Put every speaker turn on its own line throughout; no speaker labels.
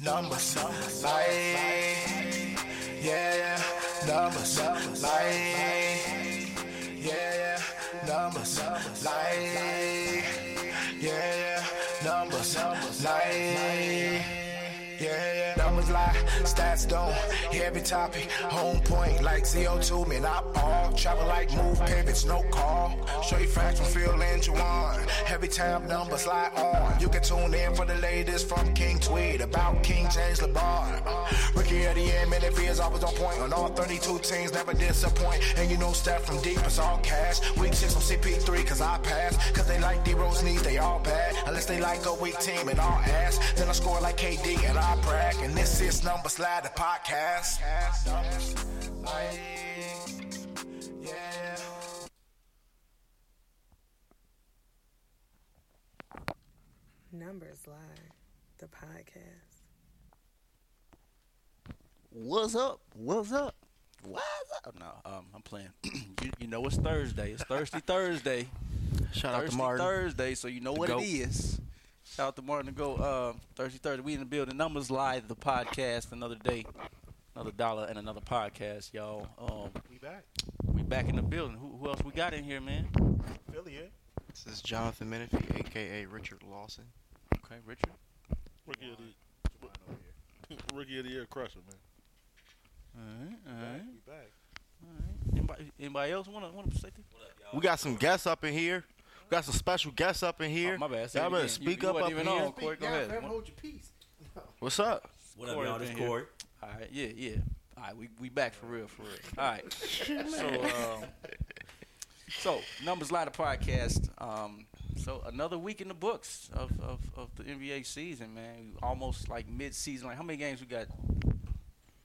numbers, like, yeah, yeah, numbers, like, yeah, yeah, numbers, like, yeah, yeah, numbers, like. Yeah, yeah, numbers lie, stats don't. Heavy topic, home point like CO2, man. I ball, travel like move pivots, no call. Straight facts from Phil and Juwan. Heavy tab numbers lie on. You can tune in for the latest from King Tweed about King James LeBron. Ricky at the end, man, if he is always on point. On all 32 teams, never disappoint. And you know, step from deep, it's all cash. Week 6 on CP3, cause I pass. Cause they like D Rose knees, they all bad. Unless they like a weak team and all ass. Then I score like KD and I brag. And this is Number Slide, the podcast. Yeah.
Numbers Lie, the podcast.
What's up? What's up? What's up? No, um, I'm playing. you, you know it's Thursday. It's Thirsty Thursday.
Shout out
Thirsty
to Martin.
Thursday, so you know what
goat.
it is. Shout out to Martin to go. Uh, Thirsty Thursday. We in the building. Numbers live. The podcast. Another day, another dollar, and another podcast, y'all. Um,
We back.
we back in the building. Who, who else we got in here, man?
Philly, eh? yeah.
This is Jonathan Menifee, aka Richard Lawson.
Okay, Richard.
Rookie of the Rookie of the Year Crusher, man.
All right, all
Back,
right,
We back.
all right. Anybody, anybody else want to want to say anything?
We got some guests up in here. We got some special guests up in here.
Oh, my bad. Say it
Y'all better
again. You-
speak
you
up
wasn't
up in
even
here.
on. Corey, go ahead. All
your peace.
What's up?
What up,
Corey's
y'all? This
been here.
Corey.
right, yeah, yeah. All right, we we back for real, for real. All right. so, um, so numbers lie the podcast. Um, so another week in the books of, of, of the NBA season, man. We Almost like mid season. Like how many games we got?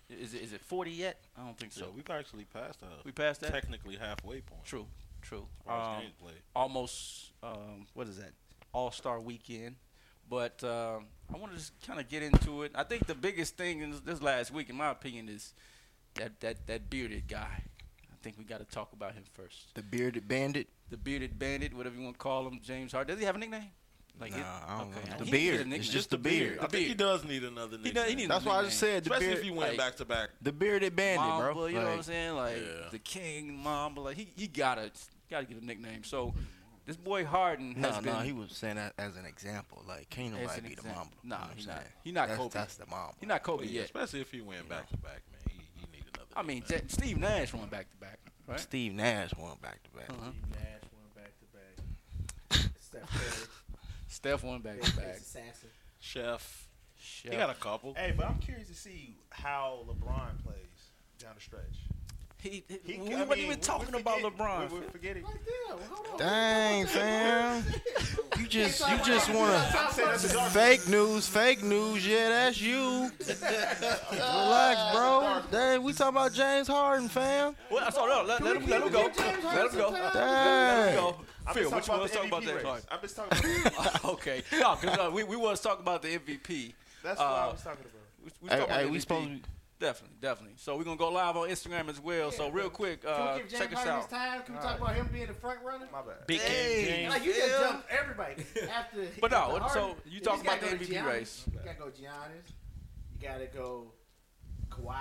Is it, is it forty yet? I don't think so.
So we've actually passed the
we passed that.
technically halfway point.
True, true.
as far as
Um,
games played.
almost um, what is that All Star Weekend. But um, I want to just kind of get into it. I think the biggest thing in this, this last week, in my opinion, is that that that bearded guy. I think we got to talk about him first.
The bearded bandit.
The bearded bandit, whatever you want to call him, James Harden. Does he have a nickname? Like his-
Nah, I don't know.
He
The
need a
beard.
nickname.
It's just the beard.
I
The
think he
beard.
does need another
He
nickname.
does- he need a
That's why I just
nickname.
said the
Especially
beard.
if he went
like-
back to back.
the bearded bandit,
Mamba,
bro.
you know what I'm
Like,
saying? Like
Yeah.
the king, Mamba. Like he, he gotta gotta get a nickname. So this boy Harden has
no,
been
no, he was saying that as an example. Like, can't
As
nobody
an
be the
example.
mamba.
Nah,
you know what
he
I'm
not.
saying?
He not
that's,
Kobe.
That's the mamba.
He not Kobe
But yeah,
yet.
especially if he went back to back, man. He, he need another.
I mean,
nickname.
J- Steve Nash went back to back, right?
Steve Nash won back to back.
Uh-huh.
Steve Nash went back to back. Steph Curry,
Steph went back to back.
assassin.
Chef.
Shit.
He got a couple.
Hey, but I'm curious to see how LeBron plays down the stretch.
He, he-
He-
we
I
weren't
mean,
even
we-
talking
we're
about
forgetting-
LeBron.
We're, we're forgetting.
Dang, fam. You just, you just wanna
I'm saying that's a dark.
fake news, fake news. Yeah, that's you. Relax, bro. Dang, we talking about James Harden, fam.
well, I saw no, let, let him, let him go. Let him go. Let him
Dang.
go.
I'm
Phil,
just
what you
talking
want to talk
about
about
the MVP
that?
race. I'm just talking about.
All right. okay. No, because uh, we, we want to talk about the MVP.
That's what I
Uh,
was talking about.
We, we,
Hey,
talk about
hey,
the
we
MVP.
supposed to be.
Definitely, definitely. So we're going to go live on Instagram as well. so real quick, uh, check us out.
time? Can we talk about him being the front runner?
My bad.
Big
Hey.
game.
Like you just
Yeah.
jump everybody after.
But no,
after
so
Harden.
you
You
talk
just gotta
about the
go to
MVP
Giannis.
race.
You gotta go Giannis. You gotta go Kawhi.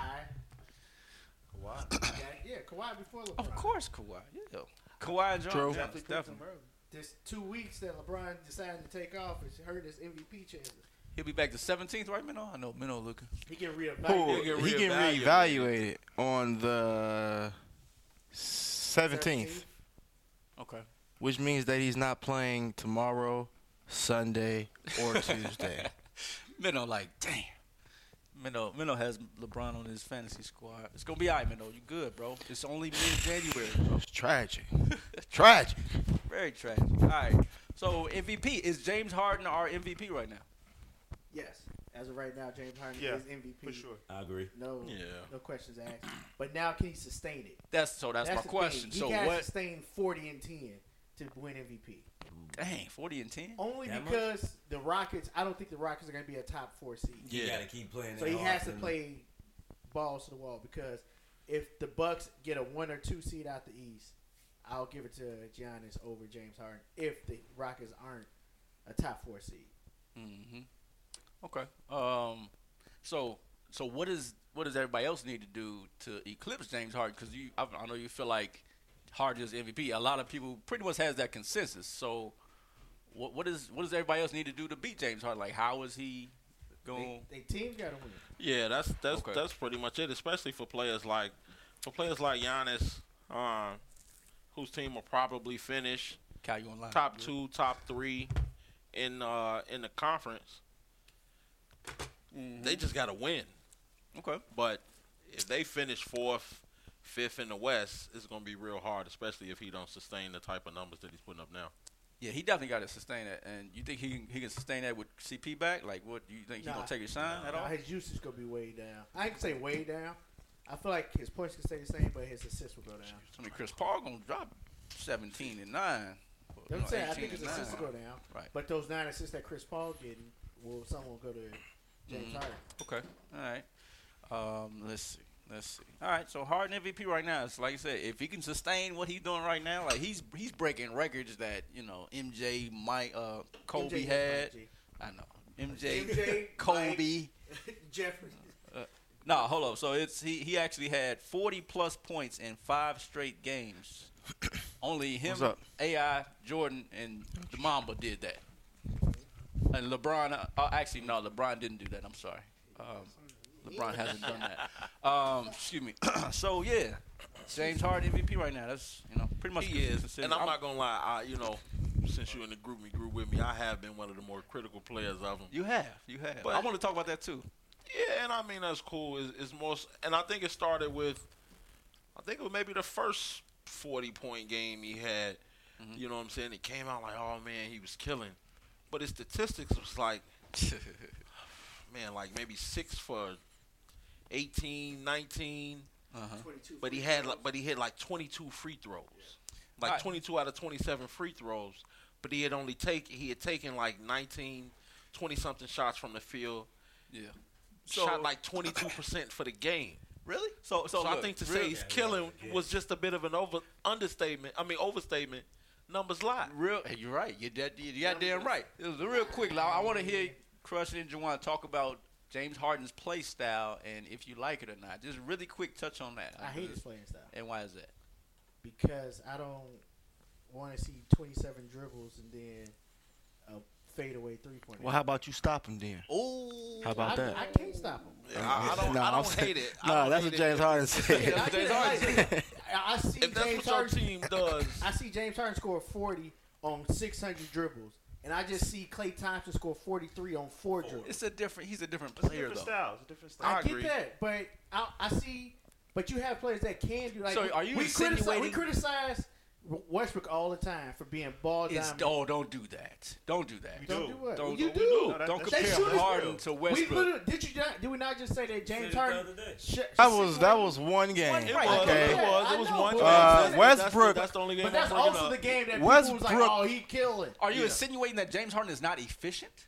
Kawhi.
You gotta- yeah, Kawhi before LeBron.
Of course, Kawhi. Yeah. Kawhi and John.
True.
Definitely. definitely.
This two weeks that LeBron decided to take off is hurt his MVP chances.
He'll be back the 17th, right, Minnow? I know Minnow looking.
He can reevaluate.
Who-
get
he can
reevaluated.
reevaluate it on the 17th,
Okay.
which means that he's not playing tomorrow, Sunday, or Tuesday.
Minnow like, damn. Minnow, Minnow has LeBron on his fantasy squad. It's gonna be all right, Minnow. You good, bro? It's only mid-January, bro.
It's tragic. tragic.
Very tragic. All right. So MVP is James Harden our MVP right now?
Yes, as of right now, James Harden
Yeah,
is MVP.
For sure.
I agree.
No,
Yeah.
no questions asked. But now, can he sustain it?
That's so. That's,
the
my question.
Thing. He
So
gotta
what?
sustain forty and ten to win MVP.
Dang, forty and ten.
Only
That much?
because the Rockets, I don't think the Rockets are going to be a top four seed.
You
Yeah.
gotta keep playing.
So
that
he
hard
has to
for them.
play balls to the wall because if the Bucks get a one or two seed out the East, I'll give it to Giannis over James Harden if the Rockets aren't a top four seed.
Mm-hmm. Okay. Um, So so what is what does everybody else need to do to eclipse James Harden? Because you I, I know you feel like Harden is MVP. A lot of people pretty much has that consensus. So what what is what does everybody else need to do to beat James Harden? Like how is he
They,
going?
they team got to win.
Yeah, that's that's
Okay.
that's pretty much it, especially for players like for players like Giannis, um, whose team will probably finish
Kyle, you online?
top two, top three in uh in the conference. They just gotta win.
Okay.
But if they finish fourth, fifth in the West, it's gonna be real hard, especially if he don't sustain the type of numbers that he's putting up now.
Yeah, he definitely got to sustain that. And you think he can, he can sustain that with CP back? Like, what you think he
Nah.
gonna take his shine at
Nah,
all?
his usage gonna be way down. I can say way down. I feel like his points can stay the same, but his assists will go down.
I mean, Chris Paul gonna drop seventeen and nine. or,
You know
you
what
know,
I'm saying? I
18
think his
and nine.
assists will go down.
Right.
But those nine assists that Chris Paul getting, will some will go to James
Mm-hmm.
Harden.
Okay. All right. Um, let's see. Let's see. All right. So Harden MVP right now. It's like I said, if he can sustain what he's doing right now, like he's he's breaking records that you know MJ, Mike, uh, Kobe
MJ
had.
got Mike,
I know MJ,
MJ,
Kobe.
G. Jeffrey.
No, hold up. So it's he, he actually had 40 plus points in five straight games. Only him,
What's up?
AI, Jordan, and the Mamba did that. And LeBron, uh, uh, actually, no, LeBron didn't do that. I'm sorry. Um, LeBron hasn't done that. Um, excuse me. so yeah, James Harden MVP right now. That's you know pretty much
He is,
considered-
and I'm, not gonna lie. I, you know, since you in the group, you grew with me. I have been one of the more critical players of him.
You have, you have.
But-
I want to talk about that too.
Yeah, and I mean that's cool. It's, it's most, and I think it started with, I think it was maybe the first forty-point game he had. You know what I'm saying? It came out like, oh man, he was killing, but his statistics was like, man, like maybe six for 18, 19,
Uh-huh.
22.
but he had like, but he hit like 22 free throws, like
Alright.
22 out of 27 free throws, but he had only take he had taken like 19, 20 something shots from the field
Yeah.
shot like 22% for the game.
really? So Oh, so,
So, I
look,
think to
real-
say he's killing was just a bit of an over understatement. I mean, overstatement. Numbers lie.
Real, hey, you're right. You're that. You're goddamn right. It was real quick. Like, I want to hear Crush and Juwan talk about James Harden's play style and if you like it or not. Just really quick touch on that.
I hate his playing style
And why is that?
because I don't want to see 27 dribbles and then a fadeaway three point.
Well, how about you stop him then?
Oh,
How
I,
about that?
I can't stop him.
I, I don't,
Nah,
I
I'm
don't
saying-
hate it. I
Nah,
don't
that's
hate
what
it.
James Harden said.
I,
James
get it. Like, I I see
If that's
James
what your
Harden.
team does,
I see James Harden score 40 on 600 dribbles, and I just see Klay Thompson score 43 on four dribbles.
it's a different. He's a different
It's
player
different
though.
styles. It's different
I,
styles.
get
agree.
that, but I, I see. But you have players that can do like.
So are you
we criticize, we
insinuating-
criticize Westbrook all the time for being ball
It's,
dominant.
oh, don't do that. Don't do that.
We
Don't
do.
do what?
Don't-
you
don't-
do.
we
do.
Don't,
No, that-
don't
that's-
compare
that's true.
Harden to
We
Westbrook.
literally- did you not? Did we not just say that James Harden? Sh-
That was that was one game.
it
Right,
was,
okay.
it was,
I
it was
know,
one.
but-
game.
Uh,
That's the-
Westbrook-
That's the, that's the only game.
But that's
I'm bringing
also
up.
the game that people was like,
Westbrook-
"Oh, he killing."
Are you
Yeah.
insinuating that James Harden is not efficient?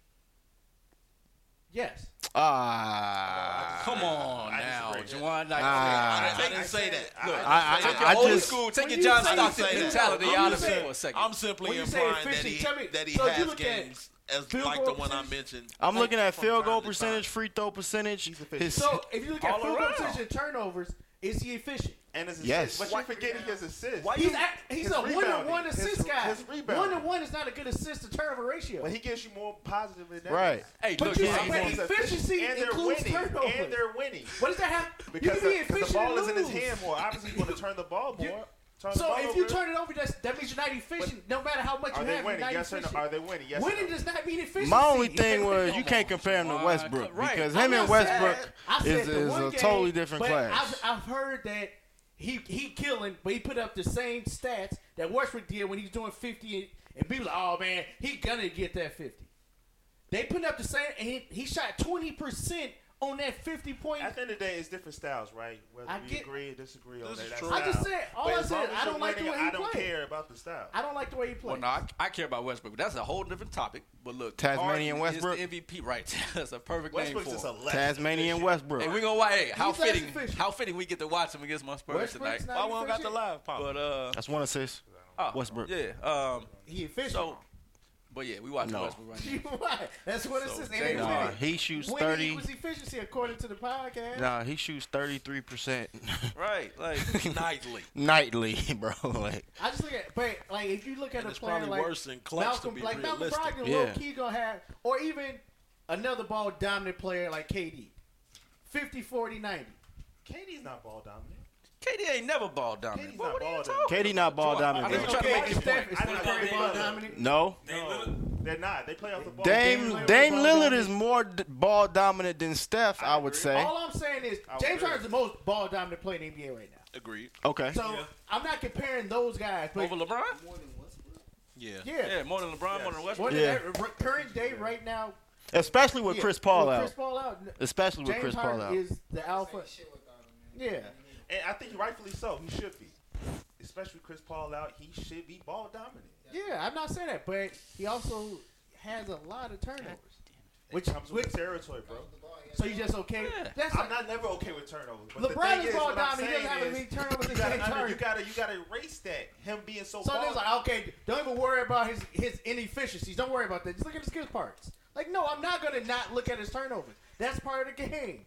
Yes.
Ah,
Come on
I
now,
disagree.
Juwan. Like,
I,
Ah.
take-
didn't say that.
Look,
I,
I-
take your
I
old
just-
school, take
When
your
you
John
say-
Stockton
no,
mentality
I'm
out of
just
it
saying-
for a second.
I'm simply
When you say
implying that
efficient,
he
tell me-
that he
so if you
has
look at
games as
field
like
goal
the one I
percentage-
mentioned.
I'm looking at
from
field
time
goal
to time.
percentage, free throw percentage. His,
So if you look at
All
field goal
around.
percentage and turnovers, is he efficient?
And his
Yes.
yes. But you're forgetting his assist.
He's act- he's
his
a one to one
rebounding,
assist
his-
guy.
his rebounding.
one to one is not a good assist to turnover ratio.
But he gives you more positive than that.
right.
Hey,
But
look,
you
I
said
ain't gonna-
he- efficiency
and they're
includes
winning,
turnovers.
And they're winning.
what does that have?
Because
you can
the,
be
'cause
efficient
the ball
and
is in his
lose.
hand more. Obviously, he's going to turn the ball
You-
more. Turn the
So
ball
if you
over.
turn it over, that's, that means you're not efficient. No matter how much
are
you
they
have, you're
winning?
not
Yes or no?
efficient.
Are they winning? Yes.
winning
or no?
does not mean efficiency.
My only thing was
Come
you can't
on,
compare him
Juwan.
to Westbrook
Right.
because
I'm
him and
not saying-
Westbrook
I said
is,
the
is
one
a
game,
totally different
but
class.
I've, I've heard that he he killing, but he put up the same stats that Westbrook did when he was doing fifty, and, and people like, oh man, he gonna get that fifty. They put up the same, and he, he shot twenty percent on that fifty point.
At the end of the day, it's different styles, right? Whether
I
we
get-
agree or disagree on
This is
that. that's
true.
the
I just
style.
said- all
But
I
as long
said,
as
I
you're
don't like the
winning,
way he
I don't
played.
care about the style.
I don't like the way he plays.
Well, no, I, I care about Westbrook, but that's a whole different topic. But look,
Tasmanian
Harden
Westbrook?
is the MVP, right? that's a perfect
Westbrook's
name
just
for
a
him.
legend.
Tasmanian Westbrook.
Hey, we gonna watch. Hey, how
He's less
fitting!
efficient.
How fitting we get to watch him against my Spurs
Westbrook's
tonight.
not
Why we don't got the
efficient.
live pop?
But uh,
That's one assist.
oh,
Westbrook.
Yeah. Um.
He efficient.
So, But yeah, we watching
No.
Westbrook right now.
right. That's what it
So,
says.
they
And
Nah,
it's
he shoots
when he
thirty.
equals efficiency according to the podcast.
Nah, he shoots thirty three percent
Right, like
Nightly.
nightly, bro. Like
I just look at, but like if you look at
And
a
it's
player
probably
like
worse than clutch
Malcolm,
to be
like Malcolm
realistic.
Brogdon,
Yeah.
low key gonna have, or even another ball dominant player like KD, 50, 40, 90.
KD's not ball dominant.
KD ain't never ball dominant.
KD's
What,
not
what are you
ball
talking?
Katie not ball
I
dominant.
think
bro.
you're trying to make
Steph
your point.
is
I don't
not
think
very
they
ball
are.
dominant.
No,
No, they're not. They play off the ball.
Dame
Dame
Lillard
Dame Lillard
ball dominant.
is more d- ball dominant than Steph. I,
I
would
agree.
say.
All I'm saying is
I would
James
agree.
Harden's the most ball dominant player in the NBA right now.
Agreed.
Okay.
So I'm not comparing those guys, but
Over LeBron?
Yeah.
yeah,
Yeah, more than LeBron, more than Westbrook.
What
Yeah.
that, r- current day right now?
Especially with
yeah,
Chris Paul
with
out.
Chris Paul out. n-
Especially with
James
Chris
Harden
Paul out.
is the alpha. Yeah,
And I think rightfully so. He should be. Especially Chris Paul out. He should be ball dominant.
yeah. I'm not saying that, but he also has a lot of turnovers.
Which comes with territory, bro.
So you just okay?
Yeah.
That's
I'm
like,
not never okay with turnovers. But the
LeBron
thing
is
is,
ball
what I'm
dominant. He
saying
doesn't have as
is,
many turnovers
You
as James
gotta, under, you
Harden.
gotta you gotta erase that him being so.
So
ball
there's like, okay, don't even worry about his his inefficiencies. Don't worry about that. Just look at his skill parts. Like, no, I'm not gonna not look at his turnovers. That's part of the game.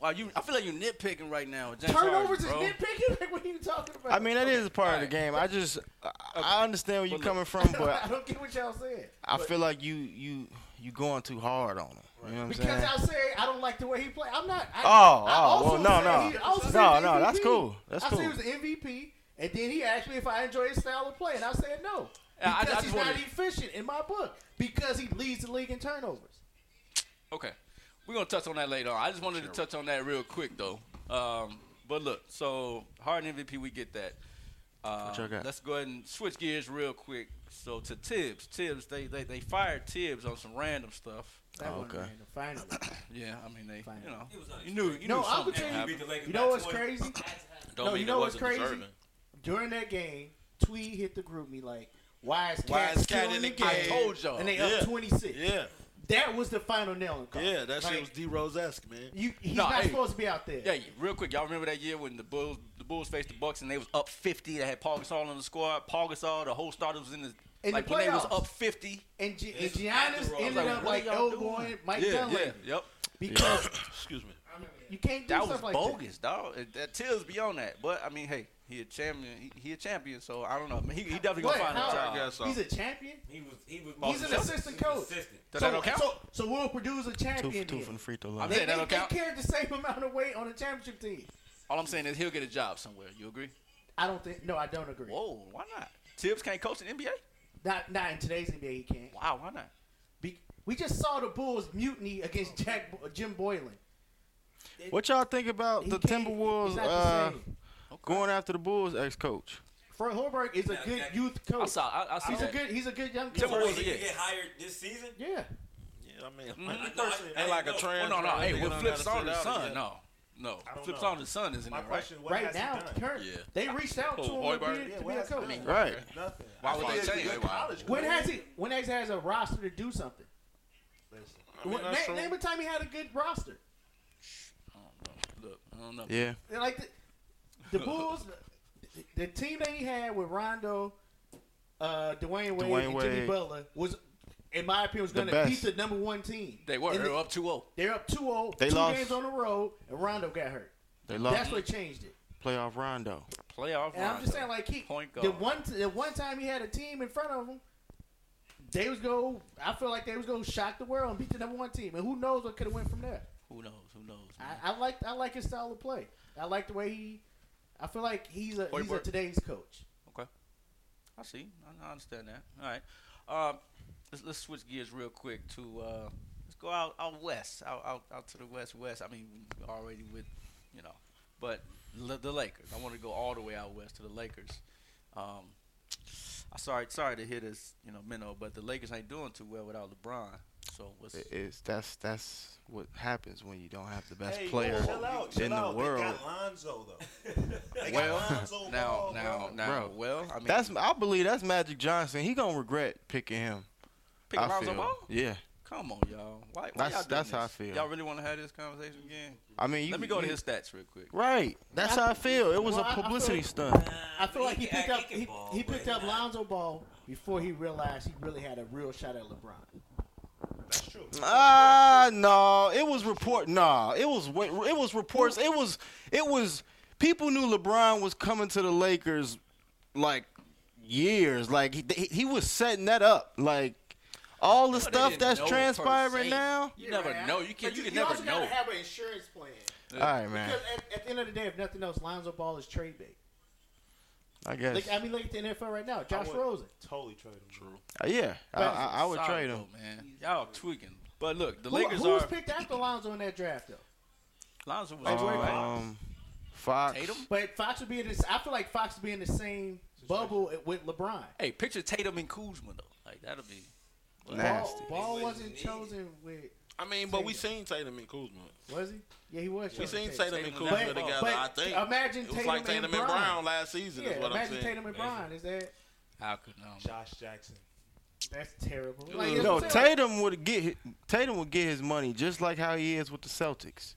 Wow, you, I feel like you're nitpicking right now. with James
Turnovers
Harden, bro.
is nitpicking. Like, what are you talking about?
I mean, that is a part of the
Alright.
game. I just I, I understand where you're coming from,
I
but
don't get what y'all said.
I feel like you you you going too hard on him. You know what I'm
Because
saying?
I say I don't like the way he played. I'm not. I,
Oh,
I
oh,
also
well, no,
said
no.
he- I also
No,
said
no, that's
MVP.
cool. That's
I said
cool.
he was an MVP, and then he asked me if I enjoy his style of play, and I said no
Yeah, I- I
because
just
he's
wanted-
not efficient in my book because he leads the league in turnovers.
Okay. We're going to touch on that later on. I just wanted to touch on that real quick, though. Um, but look, so Harden MVP, we get that. Uh,
y'all got?
Let's go ahead and switch gears real quick. So to Tibbs. Tibbs, they, they, they fired Tibbs on some random stuff.
That
Oh,
one,
okay.
man, Finally,
Yeah, I mean, they,
Fine.
you know, you knew, you knew
no, Uncle
something
Tim.
happened.
You know what's crazy?
Don't
No,
mean
you
it
know what's
wasn't
crazy?
deserving.
During that game, Tweed hit the group me like, "Why is
Why
Cat,
is Cat
still in the game?"
I told y'all.
and they
Yeah.
up twenty six.
Yeah.
That was the final nail in the coffin.
Yeah, that
Like,
shit was D Rose esque, man.
You, he's
No,
not
hey.
supposed to be out there.
Yeah, yeah, real quick, y'all remember that year when the Bulls the Bulls faced the Bucks and they was up fifty. They had Paul Gasol on the squad. Paul Gasol, the whole starter was in the
In
like
the
when they was
playoffs.
up fifty.
And, G- and Giannis ended
like,
up
what
like
are y'all doing?
elbowing Mike
yeah,
Dunleavy
yeah, yep.
because
Excuse me.
you can't do
That was
stuff like
bogus, dog. It- That Tills beyond that. But I mean, hey, he a champion. He, he a champion. So I don't know. I mean, he, he definitely
that.
gonna
What?
find a
How-
job.
guess so.
He's a champion.
He was he was
He's an assistant coach.
Does
so,
that don't count?
so, so Will Purdue's
Two
a
for
champion.
two
here.
from the free throw
I'm
line.
They,
saying
they,
that don't
they
count.
carried the same amount of weight on a championship team.
All I'm saying is he'll get a job somewhere. You agree?
I don't think. No, I don't agree.
Whoa, why not? Tibbs can't coach in NBA.
Not not in today's NBA. He can't.
Wow, why not?
Be, we just saw the Bulls mutiny against Jack Bo- Jim Boylan.
What y'all think about
He
the
can't-
Timberwolves
he's not the
uh,
same.
going after the Bulls ex-coach?
Fred Holberg is a
Now,
good
Jack-
youth
I
coach.
saw. I, I saw
He's a
that.
good. He's a good young coach.
Timberwolves,
he
yeah.
could get hired this season.
Yeah.
Yeah, I mean,
I- I-
ain't
I- I
like a
know.
trans.
Well, Oh, no, no.
man.
Hey,
Nigga
when
done
Flips
got
on the
suited out
son,
yet.
no, no.
don't
Flips
know.
on the son isn't
My
there, right?
question: What
right
has
now,
he done?
current,
Yeah.
they reached out to him
Who,
to
Hoiberg?
be,
Yeah,
to be
what
a
has he
coach.
done?
Right.
Nothing.
Why would
He
they
is a
change
good
it? Why?
college
When
coach.
has he? When has he has a roster to do something?
Listen,
I mean,
When-
that's true.
na- name a time he had a good roster.
Look, I don't know.
Yeah.
They're Like the, the Bulls, the, the team that he had with Rondo, uh, Dwayne Wade,
Dwayne
and Jimmy
Wade.
Butler was, in my opinion, was
The
going to
best.
beat the number one team.
They were.
And
They were up oh. 2-0.
They're up 2-0,
They
two
lost.
games on the road, and Rondo got hurt.
They lost
That's what changed it.
playoff Rondo.
Playoff.
And I'm
Rondo.
just saying, like he,
Point
the
guard.
one, the one time he had a team in front of him, they was go. I feel like they was gonna shock the world and beat the number one team, and who knows what could have went from there.
Who knows? Who knows? man?
I, I like, I like his style of play. I like the way he. I feel like he's a he's a
Hoiberg.
today's coach.
Okay. I see. I, I understand that. All right. Um, let's, let's switch gears real quick to uh, let's go out out west, out, out out to the west west. I mean, we already with you know, but l- the Lakers. I want to go all the way out west to the Lakers. Um, I sorry sorry to hear this, you know, minnow, but the Lakers ain't doing too well without LeBron. So what's
It- It's that's that's what happens when you don't have the best
hey,
player
chill out, chill
in the
out. They
world.
got Lonzo though. They got
well
Lonzo
now
Ball,
now
Oh, bro.
now
Bro,
well I mean
That's I believe that's Magic Johnson. He gonna regret picking him.
pick
I
Lonzo
feel.
Ball.
Yeah.
Come on, y'all. Why, why
That's-
y'all doing
that's how I
this?
feel.
Y'all really want to have this conversation again?
I mean, you,
Let me go to
you-
his stats real quick.
Right. That's
I-
how I feel. It was
Well, I- I
a
feel
publicity
like-
stunt.
I feel like he
can
picked
act-
up
can
he,
ball,
he
but
picked up
not-
Lonzo Ball before he realized he really had a real shot at LeBron.
Ah, no, it was report. Nah, it was wa- it was reports. It was it was people knew LeBron was coming to the Lakers like years. Like he, he- he was setting that up. Like all the stuff that's transpiring now.
You never know. You can
But
you, can
you
never
also
know.
gotta have an insurance plan.
All right, man.
Because at, at the end of the day, if nothing else, Lonzo Ball is trade bait.
I guess.
Look, I mean, look at the NFL right now. Josh Rosen.
Totally trade him. True.
Uh, yeah, I, I, I would
Sorry,
trade him.
though, man. Y'all tweaking. But look, the
Who,
Lakers
who's
are.
picked after Lonzo in that draft, though?
Lonzo was right.
Um, Fox.
Tatum.
But Fox would be in this. I feel like Fox would be in the same bubble with LeBron.
Hey, picture Tatum and Kuzma though. Like that'll be.
Nasty.
Ball wasn't chosen with.
I mean, but we
Tatum.
seen Tatum and Kuzma.
Was he? Yeah, he was.
We
chosen.
seen Tatum and
Tatum
Kuzma
and-
together.
but
I think
imagine
it was like
Tatum
Tatum
and
and
Brown.
Brown last season.
Yeah,
is what I'm
imagine
saying.
Tatum and Brown. Is that
How could no?
Josh Jackson.
that's terrible? that's
No,
what I'm saying.
Tatum would get hi- Tatum would get his money just like how he is with the Celtics.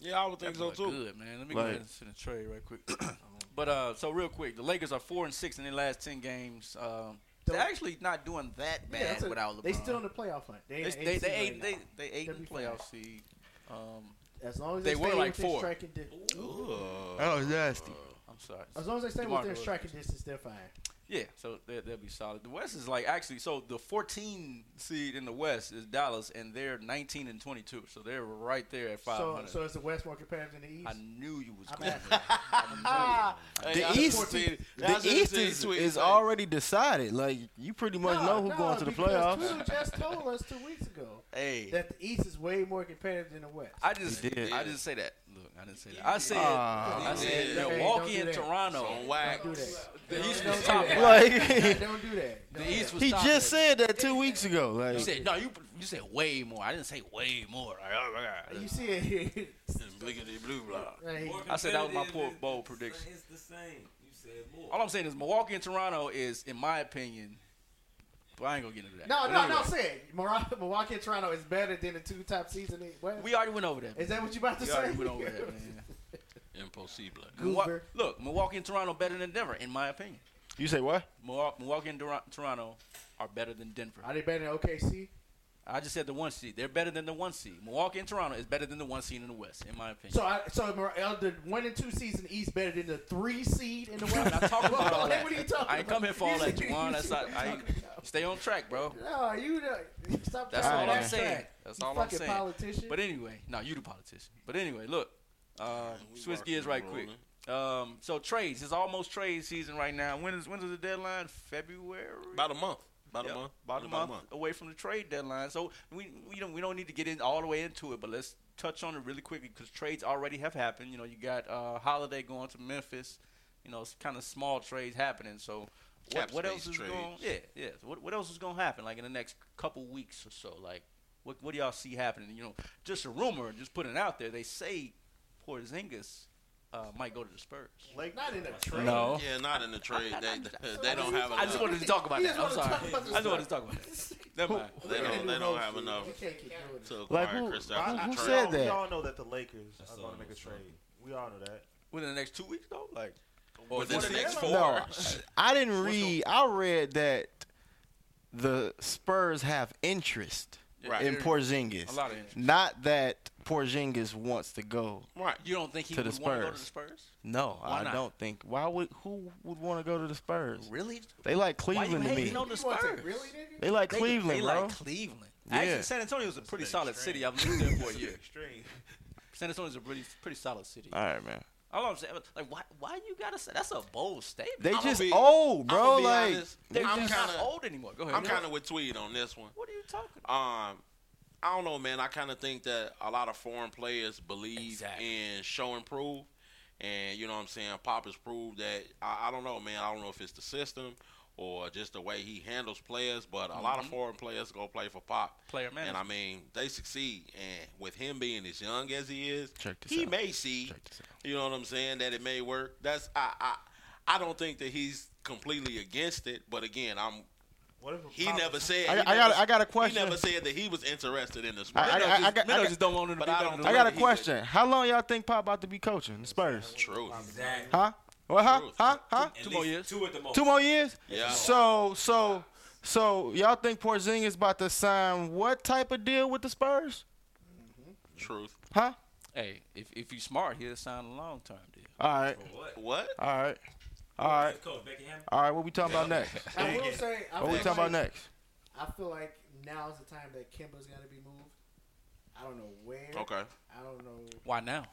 Yeah, I would think so
Look
too.
Good man. Let me go
Like-
ahead and send a trade right quick. but uh, so real quick, the Lakers are four and six in their last ten games. Um, they're
Don't-
actually not doing that
Yeah,
bad
that's a-
without LeBron.
They still in the playoff hunt. They
They
in
they
the
they
eight
eight
seed
they
right now.
they eight
They'll
in the
be fine.
playoff seed. Um,
As long as
they
they,
were
stay
like
within
four.
striking di-
That was Oh, nasty.
I'm sorry.
as long as they stay
DeMarco
within
was-
striking distance, they're fine.
Yeah, so they, they'll be solid. The West is like actually so the 14 seed in the West is Dallas, and they're 19 and 22, so they're right there at
So,
500.
so it's the West more competitive than the East. Ah!
I knew you was
I'm
going.
at-
there. I
Hey,
The
I just
East,
wanna see-
the
I just wanna
East
see
is,
Sweet
is
Sweet.
already decided. Like you pretty much know who's
no,
going to the playoffs.
because Twitter just told us two weeks ago
knew it. hey,
that the East is way more competitive than the West.
I just
He did.
I didn't say that. Look, I didn't say that. I said
Ah.
I said
Hey,
don't
Milwaukee
do
and
that.
Toronto.
On whack.
Don't do that.
The East
Don't
was
do
top.
that.
Like
Don't do that.
The East was
he
top
just
heavy.
said that two weeks ago.
You
Like
said no. You you said way more. I didn't say way more. Like, oh my God.
You see it.
Blickety blue blah.
Like,
More
I said that was my
competitive
poor
is-
bold
it's the
prediction.
same- It's the same. You said more.
All I'm saying is Milwaukee and Toronto is, in my opinion, but I ain't gonna get into that.
no,
But
no,
anyway,
no. Say it. Milwaukee, Milwaukee and Toronto is better than the two top seeds in the West.
We already went over that.
is that what you about to
We
say?
already went over that, man.
Impossible.
Milwa-
Goober.
look, Milwaukee and Toronto better than Denver, in my opinion.
you say what?
Milwa- Milwaukee and Dura- Toronto are better than Denver.
Are they better than OKC?
I just said the one seed. They're better than the one seed. Milwaukee and Toronto is better than the one seed in the West, in my opinion.
So, I, so Mar- uh, the one and two seeds in the East better than the three seed in the West.
I'm not talking about all
Like,
that.
What are you talking
I ain't
about?
come here for all
You
that,
see-
Juwan.
you
That's
see
not,
what
I
I'm
ain't, stay on track, bro.
No, you don't- stop.
That's
trying
all
to
I'm
backtrack.
saying. That's
You
all I'm
fucking
saying.
Politician.
But anyway, no, you the politician. But anyway, look, um,
we
Swiss
rocking
gears
and
right
rolling.
quick. Um, so trades, it's almost trade season right now. When is when is the deadline? February.
About a month. About
Yeah,
a month.
About a month away from the trade deadline. So we we don't we don't need to get in all the way into it, but let's touch on it really quickly because trades already have happened. You know, you got uh, Holiday going to Memphis. You know, it's kind of small trades happening. So what,
Cap
what else is
space
going? Yeah, yeah. So what what else is going to happen? Like in the next couple weeks or so. Like what what do y'all see happening? You know, just a rumor, just putting it out there. They say Porzingis uh, might go to the Spurs.
like not in a trade.
No.
Yeah, not in the trade. They, they don't have
I just
enough.
wanted to talk about
He
that.
just
I'm
wanted
sorry.
to talk about this
I just wanted to talk about that. Never mind.
They don't. They don't have enough
You can't keep doing this.
to acquire
Like who?
Chris
Who,
Dunn.
who
Trade.
said
We
that?
all know that the Lakers
That's
are
all
going to make a
I'm saying.
trade. We all know that.
Within the next two weeks, though, like or
Within the next four.
No, I didn't read. I read that the Spurs have interest
Right.
in Porzingis.
A lot of interest.
Not that Porzingis wants to go.
Right.
You don't think he
To the
would want to go to the
Spurs.
Spurs?
No,
Why
I
not?
don't think. Why would who would want to go to the Spurs?
Really?
They like
Why you
Cleveland to me.
hating on the
You want to
Spurs?
really, nigga?
They like
They-
Cleveland,
they
bro.
like Cleveland. Actually,
Yeah.
San Antonio is a pretty solid city. I've lived there for a year.
Extreme.
San Antonio is a pretty pretty solid city.
All right, man.
All I'm saying, like, why why you gotta say that's a bold statement?
They
I'ma
just
be-
old,
I'ma
bro.
be
Like
honest.
They're
I'm
just
kinda-
not old anymore. Go ahead.
I'm kind of with Tweed on this one.
What are you talking?
Uh,
about?
Um, I don't know, man. I kind of think that a lot of foreign players believe
Exactly.
in show and prove. And you know what I'm saying? Pop has proved that. I, I don't know, man. I don't know if it's the system or just the way he handles players, but a
Mm-hmm.
lot of foreign players go play for Pop.
Player
And I
management.
mean, they succeed. And with him being as young as he is,
Check this
he
out.
may see,
Check this out.
you know what I'm saying, that it may work. That's I, I I don't think that he's completely against it, but again, I'm
What if
he never said.
I,
he
I
never-
got I got a
He
question.
never said that he was interested in the sport.
I, I, I, I, got, I,
Mino
got,
just don't want him to
but
be
I
better
don't
than
I got a
He's a-
question. How long y'all think Pop about to be coaching the Spurs?
True.
Exactly.
Huh? What? Huh? Huh? Huh?
At Two more least years. two at the most.
Two more years.
Yeah.
So so so y'all think Porzingis about to sign what type of deal with the Spurs?
Truth.
Huh?
Hey, if if you smart, he'll sign a long term deal.
All right.
What? What?
All right. All right.
Coach Beckham?
All right. What we talking about
Yeah.
next?
I will say, I
What we
feel
talking about
like-
next?
I feel like now is the time that Kimba's got to be moved. I don't know where.
Okay.
I don't know
Why now?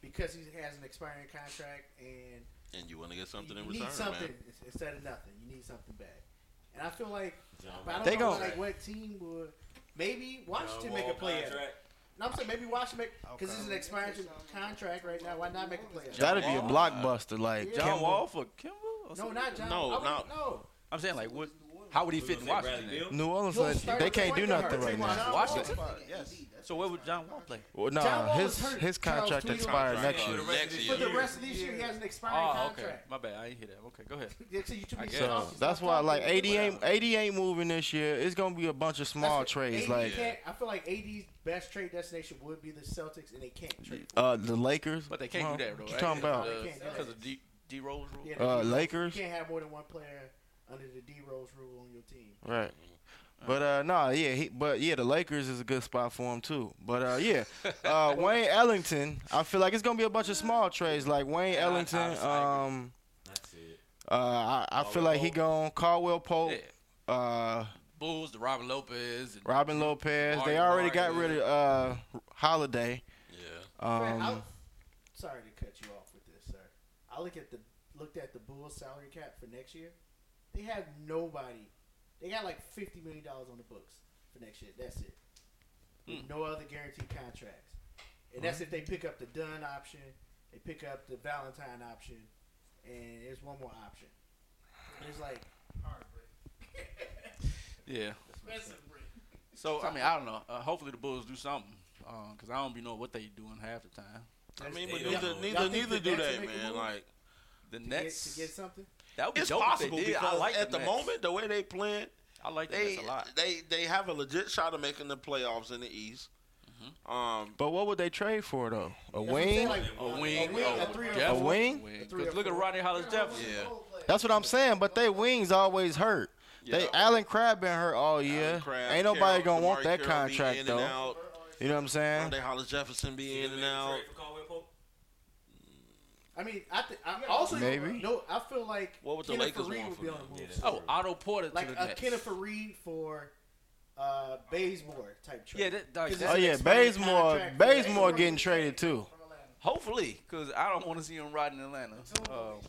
because he has an expiring contract and
And you want to get something
you
in
need
return,
something
man.
ins- instead of nothing. You need something back. And I feel like
John
but I don't
Wall. They
know
gon-
like what team would maybe Washington
John
make a
Wall
play at.
contract.
No, I'm saying maybe Washington make because this is an expiring contract right now. Why not make a play at?
That'd be a blockbuster. Like
John
Kemba-
Wall for Kimba? or
No,
something?
not John. No, I would- no. no.
I'm saying like what? How would he fit in
gonna say
Washington?
Bradley
then?
Beal? New Orleans, You'll like, start they with can't do Washington. nothing right now.
Washington. Yes. So where would John Wall play?
Well, nah, John Wall his- was hurt. his Charles contract Tweedle- expired next year.
For the rest of this year, he has an expiring
oh, okay.
contract.
My bad. I didn't hear that. Okay, go ahead.
Yeah, so you two
I
be
guess.
So that's why, like, 88, 88 moving this year. It's gonna be a bunch of small trades,
AD
like
can't- I feel like AD's best trade destination would be the Celtics, and they can't trade.
uh, the Lakers.
But they can't
Huh?
do that, though.
What
right?
you talking about?
Because
They can't do
of-
that.
Because of D, D Rose rule.
Yeah,
Uh,
the D-
Lakers?
You can't have more than one player under the D Rose rule on your team.
Right. But uh no, yeah, he, but yeah, the Lakers is a good spot for him too. But uh yeah, uh Wayne Ellington, I feel like it's gonna be a bunch of small trades like Wayne Ellington. Um, uh, I, I feel like he gone Caldwell Pope, uh,
Bulls, the Robin Lopez. and
Robin Lopez.
Martin
They already got
Barnes.
rid of uh Holiday.
Fred,
Um,
I- sorry to cut you off with this, sir. I look at the looked at the Bulls salary cap for next year. They have nobody. They got like fifty million dollars on the books for next year. That's it. With No other guaranteed contracts, and that's if they pick up the Dunn option, they pick up the Valentine option, and there's one more option. And it's like
Yeah. So I mean, I don't know. Uh, hopefully the Bulls do something, because I don't be knowing what they doing half the time.
I mean, but neither, neither, neither do that, man. Like
the Nets
to get something.
That would be
it's
dope if they
possible
did. I
because
like
at
the
the,
Nets.
moment the way they playing,
I like the
they
Nets a lot.
they they have a legit shot of making the playoffs in the East.
Mm-hmm.
Um,
But what would they trade for though? A
what I'm
wing?
saying, like,
A wing,
wing,
oh,
a three or
a
definitely.
wing?
Because look at Rodney Hollis Jefferson.
That's what I'm saying. But they wings always hurt. They Allen Crabbe been hurt all year.
Crabbe,
Ain't nobody
Carroll,
gonna want
Damari
that
Carroll be
contract
in
though.
and out.
You know what I'm saying?
Rondé Hollis Jefferson be in and out.
I mean, I th- I also
Maybe.
no. I feel like
What would the
Kenneth
Lakers
Fareed
want
would
from
be
him?
on the move.
Yeah,
Oh, Otto Porter
like
to the
a
Nets.
Kenneth Fareed for uh, Bazemore type trade.
Yeah, that- like
'Cause
that-
Oh
it's an
yeah,
expiring
Bazemore.
contract for
Bazemore getting traded too.
Hopefully, because I don't want to see him riding Atlanta. Um,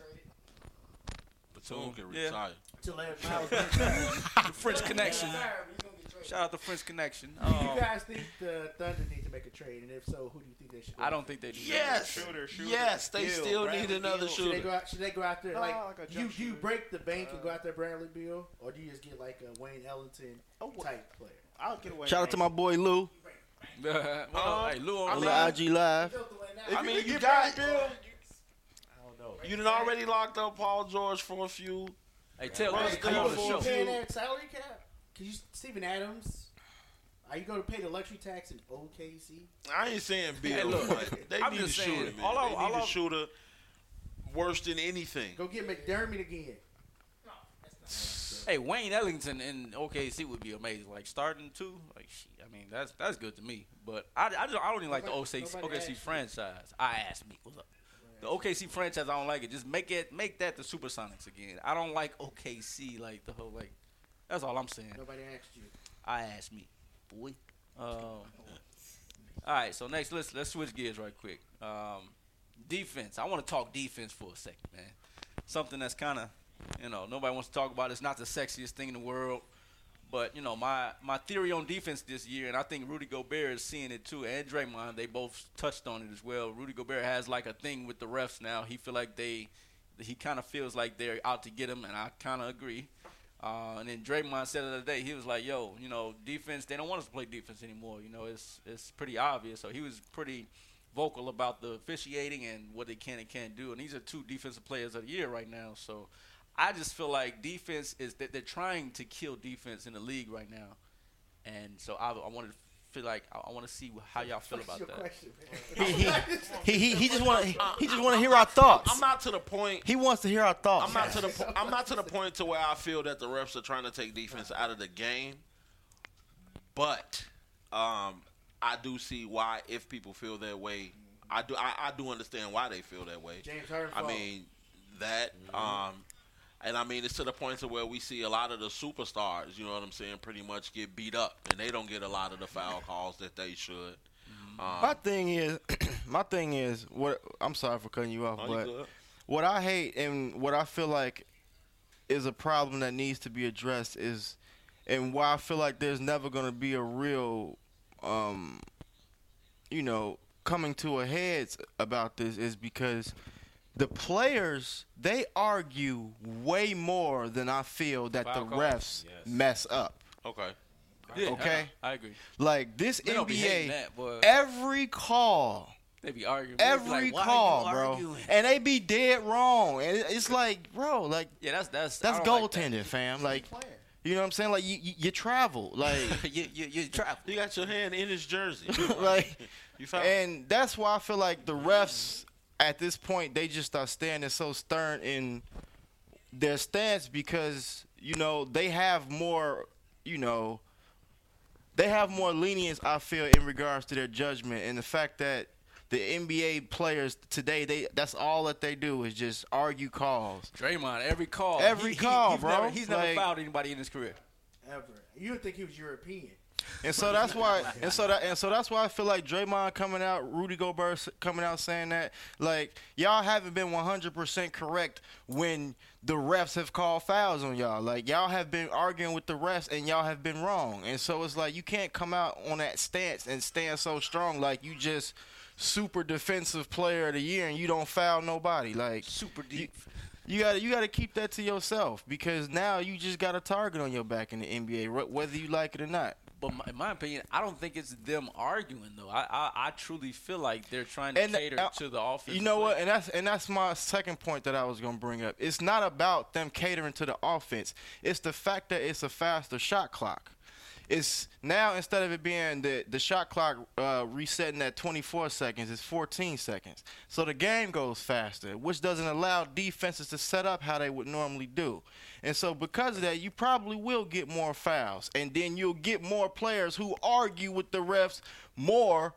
Batum can
yeah.
retire.
To let Miles
the French Connection. Shout out the French Connection.
Do
Um,
you guys think the Thunder need to make a trade, and if so, who do you think they should? go
I don't
for?
think they do.
Yes. Shooter, shooter. Yes, they Beal, still Bradley need another Beal.
Should they
shooter.
go out, should they go out there
No,
like,
like a
you?
jump
Do you break the bank and go
Uh,
out there Bradley Beal, or do you just get like a Wayne Ellington
Oh,
type player?
I'll get away.
Shout out to my boy Lou
well, hey, Lou
on
uh, on
the
the
IG Live.
I
If you
mean,
could
you
get
got
Bradley Beal,
you done already locked up Paul George for a few.
Hey, tell
Russ
him to come on the
Cooper
show.
for a
Paying
few.
that salary cap? Cause you Stephen Adams, are you going to pay the luxury tax in OKC?
I ain't saying Bill.
Hey, look,
but they
I'm
need a
just saying,
shooter, man.
all I-
they
all
need
I-
a shooter worse than anything.
Go get McDermott again.
Hey, Wayne Ellington in OKC would be amazing. Like starting two, like shit, I mean that's that's good to me. But I, I, don't, I don't even like
Nobody-
the OKC,
nobody asked
OKC
you.
franchise. I asked me what's up. The OKC franchise, I don't like it. Just make it make that the Supersonics again. I don't like OKC like the whole like. That's all I'm saying.
Nobody asked you.
I asked me, boy. Um, all right, so next let's let's switch gears right quick. Um, defense. I want to talk defense for a second, man. Something that's kind of you know nobody wants to talk about. It's not the sexiest thing in the world, but you know my my theory on defense this year, and I think Rudy Gobert is seeing it too, and Draymond. They both touched on it as well. Rudy Gobert has like a thing with the refs now. He feel like they he kind of feels like they're out to get him, and I kind of agree. Uh, and then Draymond said the other day, he was like, "Yo, you know, defense. They don't want us to play defense anymore. You know, it's it's pretty obvious." So he was pretty vocal about the officiating and what they can and can't do. And these are two defensive players of the year right now. So I just feel like defense is that they're trying to kill defense in the league right now. And so I, I wanted to feel like I, want to see how y'all feel about that.
He, he, he, he just want he just want to hear our thoughts.
I'm not to the point.
He wants to hear our thoughts.
I'm not to the. Po- I'm not to the point to where I feel that the refs are trying to take defense out of the game. But um, I do see why if people feel that way, I do. I, I do understand why they feel that way.
James Harden
I
fault.
mean that. Um, and I mean it's to the point to where we see a lot of the superstars. You know what I'm saying? Pretty much get beat up, and they don't get a lot of the foul calls that they should. Um,
my thing is, my thing is, what I'm sorry for cutting you off,
Oh, you
but
good.
what I hate and what I feel like is a problem that needs to be addressed is, and why I feel like there's never going to be a real, um, you know, coming to a heads about this is because the players they argue way more than I feel that
Foul
the
calls?
refs mess up.
okay.
Yeah,
okay.
I, I agree.
Like this
They don't be hating
NBA,
that, boy.
every call
They be arguing. They be
every
like, "Why are you
call, bro.
arguing?"
And they be dead wrong. And it- it's like, bro, like
Yeah, that's that's
that's
I don't like
goaltending, fam. Like, you know what I'm saying? Like you you, you travel, like
that. you you you travel.
You got your hand in his jersey.
like,
You found
and that's why I feel like the refs at this point they just are standing so stern in their stance because you know they have more, you know. They have more lenience, I feel, in regards to their judgment, and the fact that the NBA players today, they—that's all that they do is just argue calls.
Draymond, every call,
Every
he- he-
call,
he's
bro.
Never, he's never
Like-
fouled anybody in his career.
Ever. You would think he was European.
And so that's why, and so that, and so that's why I feel like Draymond coming out, Rudy Gobert s- coming out saying that, like y'all haven't been 100% correct when the refs have called fouls on y'all. Like y'all have been arguing with the refs and y'all have been wrong. And so it's like you can't come out on that stance and stand so strong like you just super defensive player of the year and you don't foul nobody. Like
Super
you-
deep.
you gotta you gotta keep that to yourself because now you just got a target on your back in the NBA, wh- whether you like it or not.
But my, in my opinion, I don't think it's them arguing though. I I, I truly feel like they're trying to
And,
cater
uh,
to the offense.
You know what? And that's and that's my second point that I was gonna bring up. It's not about them catering to the offense. It's the fact that it's a faster shot clock. It's now instead of it being the the shot clock uh, resetting at 24 seconds, it's 14 seconds. So the game goes faster, which doesn't allow defenses to set up how they would normally do. And so because of that, you probably will get more fouls, and then you'll get more players who argue with the refs more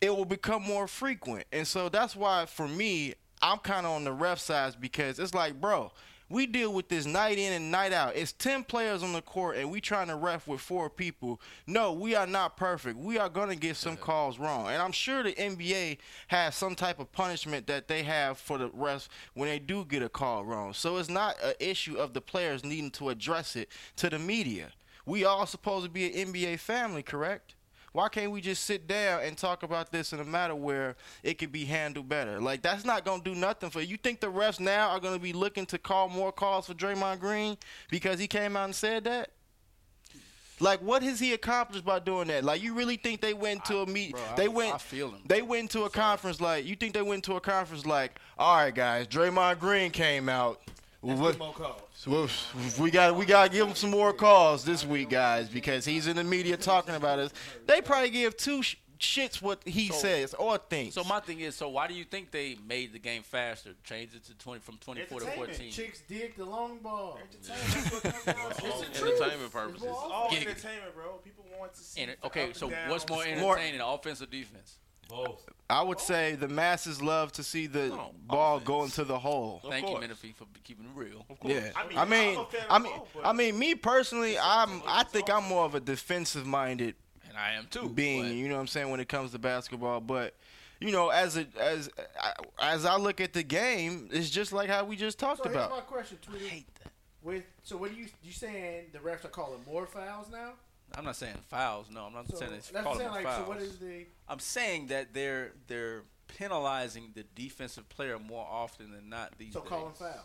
it will become more frequent. And so that's why for me, I'm kind of on the ref side because it's like, bro, we deal with this night in and night out. It's 10 players on the court and we trying to ref with four people. No, we are not perfect. We are going to get some calls wrong. And I'm sure the NBA has some type of punishment that they have for the refs when they do get a call wrong. So it's not an issue of the players needing to address it to the media. We all supposed to be an NBA family, correct? Why can't we just sit down and talk about this in a matter where it could be handled better? Like that's not gonna do nothing for you. You think the refs now are gonna be looking to call more calls for Draymond Green because he came out and said that? Like what has he accomplished by doing that? Like you really think they went to a meet?
bro, I-
they went.
I feel him.
They went to a conference like you think they went to a conference like, all right guys, Draymond Green came out. What-
More calls.
well, we got we got to give him some more calls this week, guys, because he's in the media talking about us. They probably give two sh- shits what he says or thinks.
So my thing is, so why do you think they made the game faster? Changed it to twenty from twenty four to
Entertainment.
fourteen.
Chicks dig the long ball.
It's
It's the truth.
entertainment purposes.
It's more-
all
Giggity.
entertainment, bro. People want to see.
Enter-
the up
okay,
and
so
down
what's more
on the
More-
entertaining, offense or defense?
Both.
I would say the masses love to see the
Oh,
ball
offense.
go into the hole.
Of
Thank
course.
you, Menifee, for keeping it real.
Yeah,
I mean,
I mean,
I'm a fan of
I mean,
both, but-
I mean, me personally, I'm I think I'm more of a defensive-minded
And I am too.
being.
but-
You know what I'm saying when it comes to basketball, but you know, as a as I- as I look at the game, it's just like how we just talked
So here's my
about.
question, Tweety. With so what are you you saying the refs are calling more fouls now?
I'm not saying fouls. No, I'm not
So
saying it's
that's
calling
saying,
them
like
fouls.
so what is the
I'm saying that they're they're penalizing the defensive player more often than not these
so
days.
calling fouls?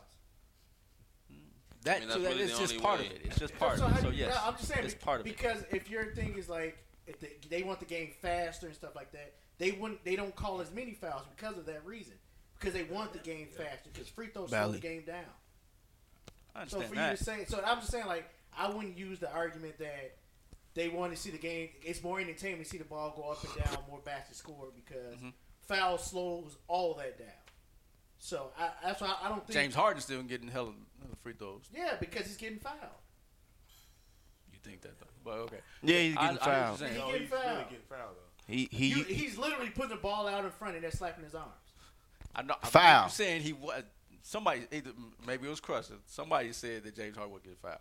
That,
I mean, that's
so that
really
it's
the
just
only
part
way.
of it. It's just part
so
of
how
it.
do
So
you-
yes,
no, I'm just saying
it's
be-
part of it.
because if your thing is like if they, they want the game faster and stuff like that, they wouldn't they don't call as many fouls because of that reason because they want the game faster because free throws slow
Valley.
the game down.
I
So
understand
for you
that.
to say, so I'm just saying, like, I wouldn't use the argument that they want to see the game. It's more entertainment to see the ball go up and down, more baskets scored because
Mm-hmm.
foul slows all that down. So I, that's why I don't think
James Harden's still getting hell of free throws.
Yeah, because he's getting fouled.
You think that, though. but okay.
Yeah, he's
I-
getting
I hear what
fouled.
you're saying.
He's getting fouled.
He he.
You- he's literally putting the ball out in front and they're slapping his arms.
I know.
Foul.
I'm saying he was. Somebody, either, maybe it was Crusher. Somebody said that James Harden would get fouled.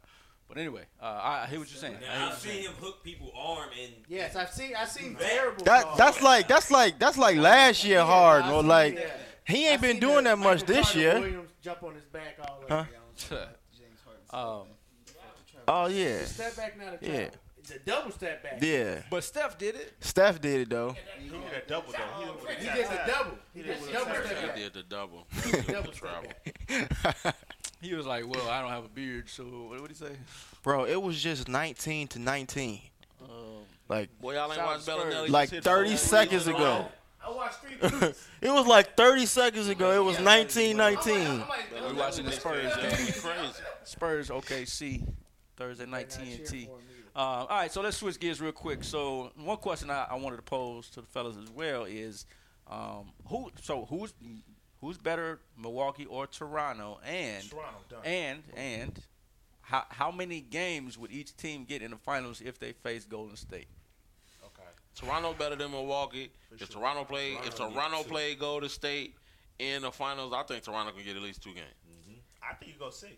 But anyway, uh, I, I hear what you're saying. I hear
Now, I've
what you're
seen
saying.
him hook people arm and
Yes, I've seen I've seen terrible.
That
calls.
that's like that's like that's like last year Harden
I
or
see
like
that.
he ain't
I
been
see
doing that much
Michael
this
Carter
year.
Williams jump on his back all
Huh?
over.
Um,
Oh yeah,
Step back, not a travel.
Yeah.
It's a double step back.
yeah.
but Steph did it.
Steph did it though.
He did that double though. He did it with a tap
He did the
out.
double. He did
did
the
it
double
with a
step
He
back.
did the double. He did the travel.
He was like, "Well, I don't have a beard, so what did he say?"
Bro, it was just 19 to 19. Like
Boy, y'all ain't
Shout
watched
out to
Bellinelli.
Spurs.
like
Hit
30
four
seconds
threes.
ago.
I watched three.
it was like 30 seconds ago. It was 1919.
We
We
watching the Spurs game. Crazy.
Spurs OKC Thursday night TNT. Um, all right, so let's switch gears real quick. So one question I, I wanted to pose to the fellas as well is, um, who? So who's who's better, Milwaukee or Toronto? And
Toronto done.
and and how how many games would each team get in the finals if they face Golden State?
Toronto better than Milwaukee. If Toronto play, if
Toronto
Toronto
gets two.
play Golden State in the finals, I think Toronto can get at least two games.
I think you go six.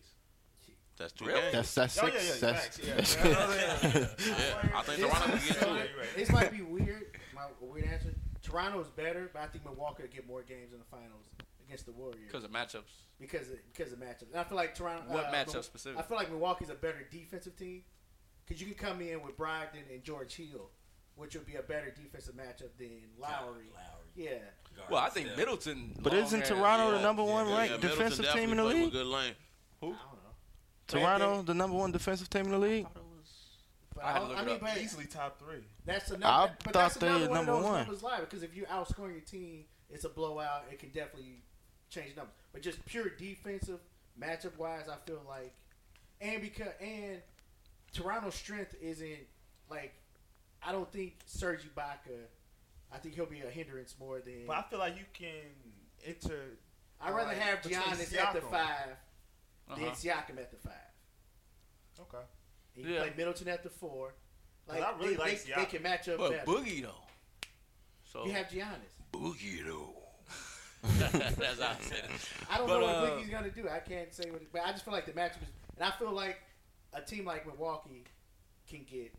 That's two
Really?
games.
That's that's
Oh yeah, yeah,
six.
yeah.
That's
Max, yeah. yeah. yeah, yeah.
yeah, I think Toronto can get two.
You're right.
This might be weird. My a weird answer. Toronto is better, but I think Milwaukee will get more games in the finals against the Warriors
Because of matchups.
because of, because of matchups. And I feel like Toronto.
What
uh,
matchup
Mil-
specifically?
I feel like Milwaukee's a better defensive team because you can come in with Brogdon and George Hill, which would be a better defensive matchup than Lowry.
Lowry.
Yeah,
Well, I think Middleton.
But
long
isn't
ass-
Toronto the
yeah,
number one
yeah,
ranked
Middleton
defensive team in the
definitely play with
league?
Good lane.
I don't know.
Toronto, the number one defensive team in the league.
But
I
I,
had to
don't-
look
I
it
mean,
up.
but
Easily top three.
that's
I
another. But that's
thought they
another one
number
of those
one.
numbers live because if you outscoring your team, it's a blowout. It can definitely change numbers. But just pure defensive matchup wise, I feel like, and because and Toronto's strength isn't like I don't think Serge Ibaka. I think he'll be a hindrance more than.
But I feel like you can enter.
I'd rather
like,
have
between
Giannis at the
Siakam.
five than
Uh-huh.
Siakam at the five.
Okay.
And you
Yeah.
play Middleton at the four. Like
I really
they,
like
they, they
Siakam.
can match up better.
But Boogie though. So
you have Giannis.
Boogie though.
That's how I said it.
I don't
But,
know what
uh,
Boogie's gonna do. I can't say what, but I just feel like the matchup is, and I feel like a team like Milwaukee can get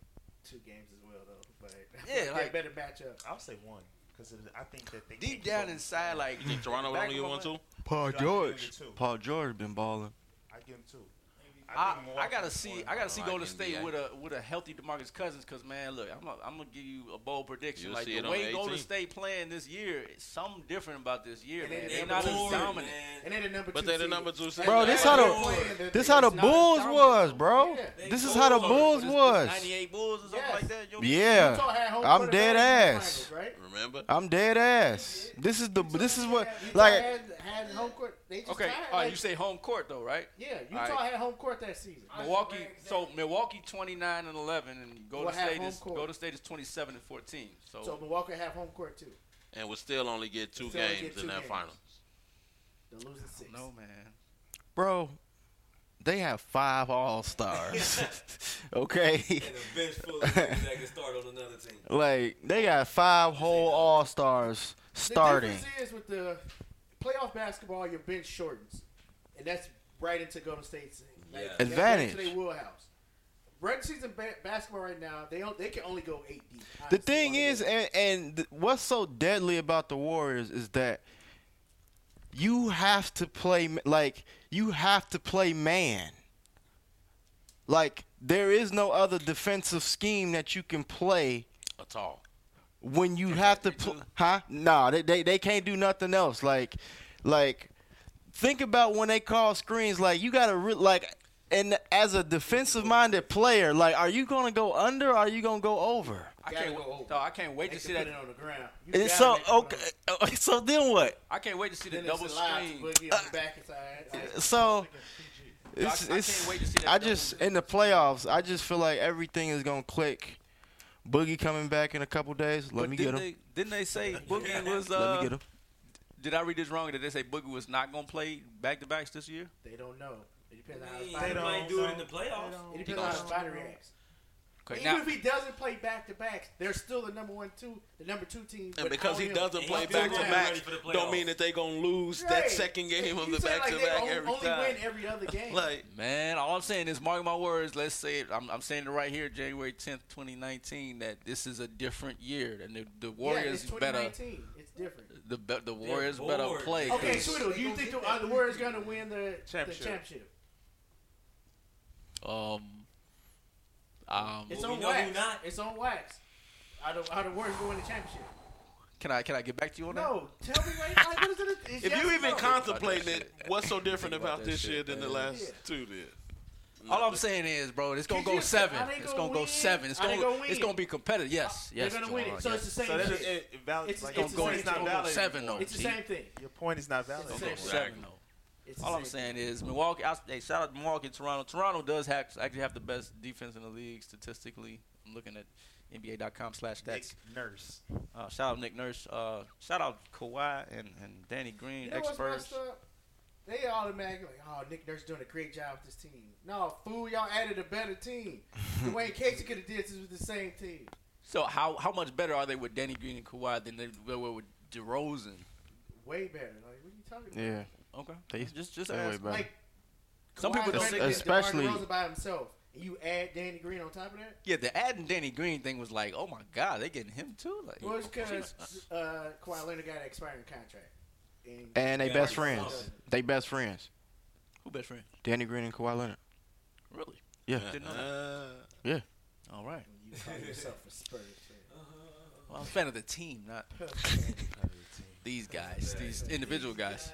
two games as well, though. But
Yeah,
they're
like-
better matchup.
I'll say one because I think that they
Deep
can't
down
go-
inside, like
You think Toronto would
back
only
of
get
my
one,
mind-
two?
Paul
Yeah, I George. think they do too.
Paul George been balling.
I give him two.
I,
think
I
Milwaukee
gotta
is
see.
going
I gotta see
I like
Golden State
NBA.
with a with a healthy Demarcus Cousins. Cause man, look, I'm i I'm gonna give you a bold prediction.
You'll
like
see
the
it on
way
the
Golden
18.
State playing this year, it's something different about this year,
And
man.
they-
They're
they
not as
bored,
dominant.
man.
And they're the number two.
But they're the
seed.
number two seed.
Bro, this how the this how the Bulls was, bro. This is how the Bulls was.
98 Bulls or something
Yes.
like that. yo.
Yeah, I'm dead ass.
Right?
Remember?
I'm dead ass. This is the this is what
Utah
like
had, had home court. They just
Okay.
tied,
All right.
like-
You say home court though, right?
yeah. Utah
right.
had home court that season.
Milwaukee. So Milwaukee 29 and 11, and Golden
Well, have
State
home
is
court.
Golden State is 27 and 14. So,
So Milwaukee had home court too.
And would still only get two
Still only
games
get two
in that
games.
final.
They're losing six.
no man.
bro, they have five all stars. okay,
And a bench full of niggas that can start on another team.
like they got five whole all stars starting.
The difference is with the playoff basketball, your bench shortens, and that's right into Golden State's like,
Yeah.
that's right
Advantage.
into their wheelhouse. Regular season ba- basketball right now, they don't, they can only go eight deep.
The
honestly,
thing
one
is,
game.
and, and th- what's so deadly about the Warriors is that you have to play m- like you have to play man. Like there is no other defensive scheme that you can play
At all.
when you have to pl- huh? Nah, they, they they can't do nothing else. Like like think about when they call screens like you got to re- like and as a defensive minded player, like are you going to go under or are you going to go over?
I
Gotta
can't.
go
wa-
over.
dawg, I can't wait
they
to see
can
that.
put it on the ground. You
And
gotta
so
make it
okay,
run.
so then what?
I can't wait to see the
Then
double
it's allowed
screen.
to Boogie on the back inside. Like,
Uh, So
I
it's,
can't
it's
wait to see that
I
double
just in the playoffs, I just feel like everything is gonna click Boogie coming back in a couple days. Let
But
me get
didn't
him.
They, didn't they say Boogie was? Uh,
Let me get him.
Did I read this wrong? Did they say Boogie was not gonna play back to backs this year?
They don't know. It depends on how
They
his body
don't might do it in the playoffs.
It depends on how his body reacts.
Okay,
Even
now-
if he doesn't play back to backs, they're still the number one, two, the number two team.
And
with
because he
Odell.
doesn't
And
play
he's still
back to
ready
back,
for the playoffs.
don't mean that they gonna lose that
Right.
second game of
You
the
said
back
like
to
they
back
on-
every
only
time.
win every other game.
Like
Man, all I'm saying is mark my words. Let's say it. I'm, I'm saying it right here, January 10th, 2019. That this is a different year, and the, the Warriors
yeah, it's
better.
2019. It's different.
The be- the Warriors better
bored.
play.
Okay,
'cause-
Shudo, do you think the, are the Warriors going to win the championship?
Championship.
The championship?
Um, um,
It's on wax. It's on wax. Are the, are the Warriors going to win the championship?
Can I can I get back to you on
No, tell me right now. Like, what is it? It's
If
yes
you
or
even
no.
contemplating it, what's so different
Think about
about,
that
this
shit,
year than the
man.
last
Yeah.
two did?
that? All I'm saying is, bro, it's gonna
Cause
go
you said,
seven.
are they
It's
gonna
gonna go
win?
seven. It's
Are they
gonna
gonna
it's
win?
gonna be competitive. Yes, yes.
They're gonna
Jamal,
win it. So
yes.
it's the same
So that
shit.
is- it- it valid-
it's,
like,
it's
it's
the
going-
same
it's not
thing.
valid
Seven, though,
It's the
G.
same thing.
Your point is not valid.
It's the
Don't
same
go
thing.
seven though.
It's the
All I'm
same
saying is Milwaukee. I, hey, shout out to Milwaukee, and Toronto. Toronto does have, actually have the best defense in the league statistically. I'm looking at NBA.com/stats.
Nick Nurse.
Uh, shout out Nick Nurse. Uh, shout out Kawhi and, and Danny Green,
You know what's
experts.
messed up? They automatically like, oh, Nick Nurse doing a great job with this team. No, fool, y'all added a better team. Dwayne Casey could have did this with the same team.
So how how much better are they with Danny Green and Kawhi than they were with DeRozan?
Way better. Like, what are you talking about?
Yeah.
Okay.
They-
just just
they're way
ask.
better.
Like,
Some people
Kawhi's
don't
better
think
than
it's-
DeMar
especially-
DeRozan by himself. And you add Danny Green on top of that?
yeah, the adding Danny Green thing was like, oh my god, they getting him too. Like,
Well, it's because uh, Kawhi Leonard got an expiring contract.
And they
Yeah,
best
it's
friends.
solid.
They best friends.
who best friend?
Danny Green and Kawhi Leonard.
Really?
Yeah.
Didn't know that.
Yeah.
All right.
You call yourself a Spurs fan.
Well, I'm a fan of the team, not these guys, these individual guys.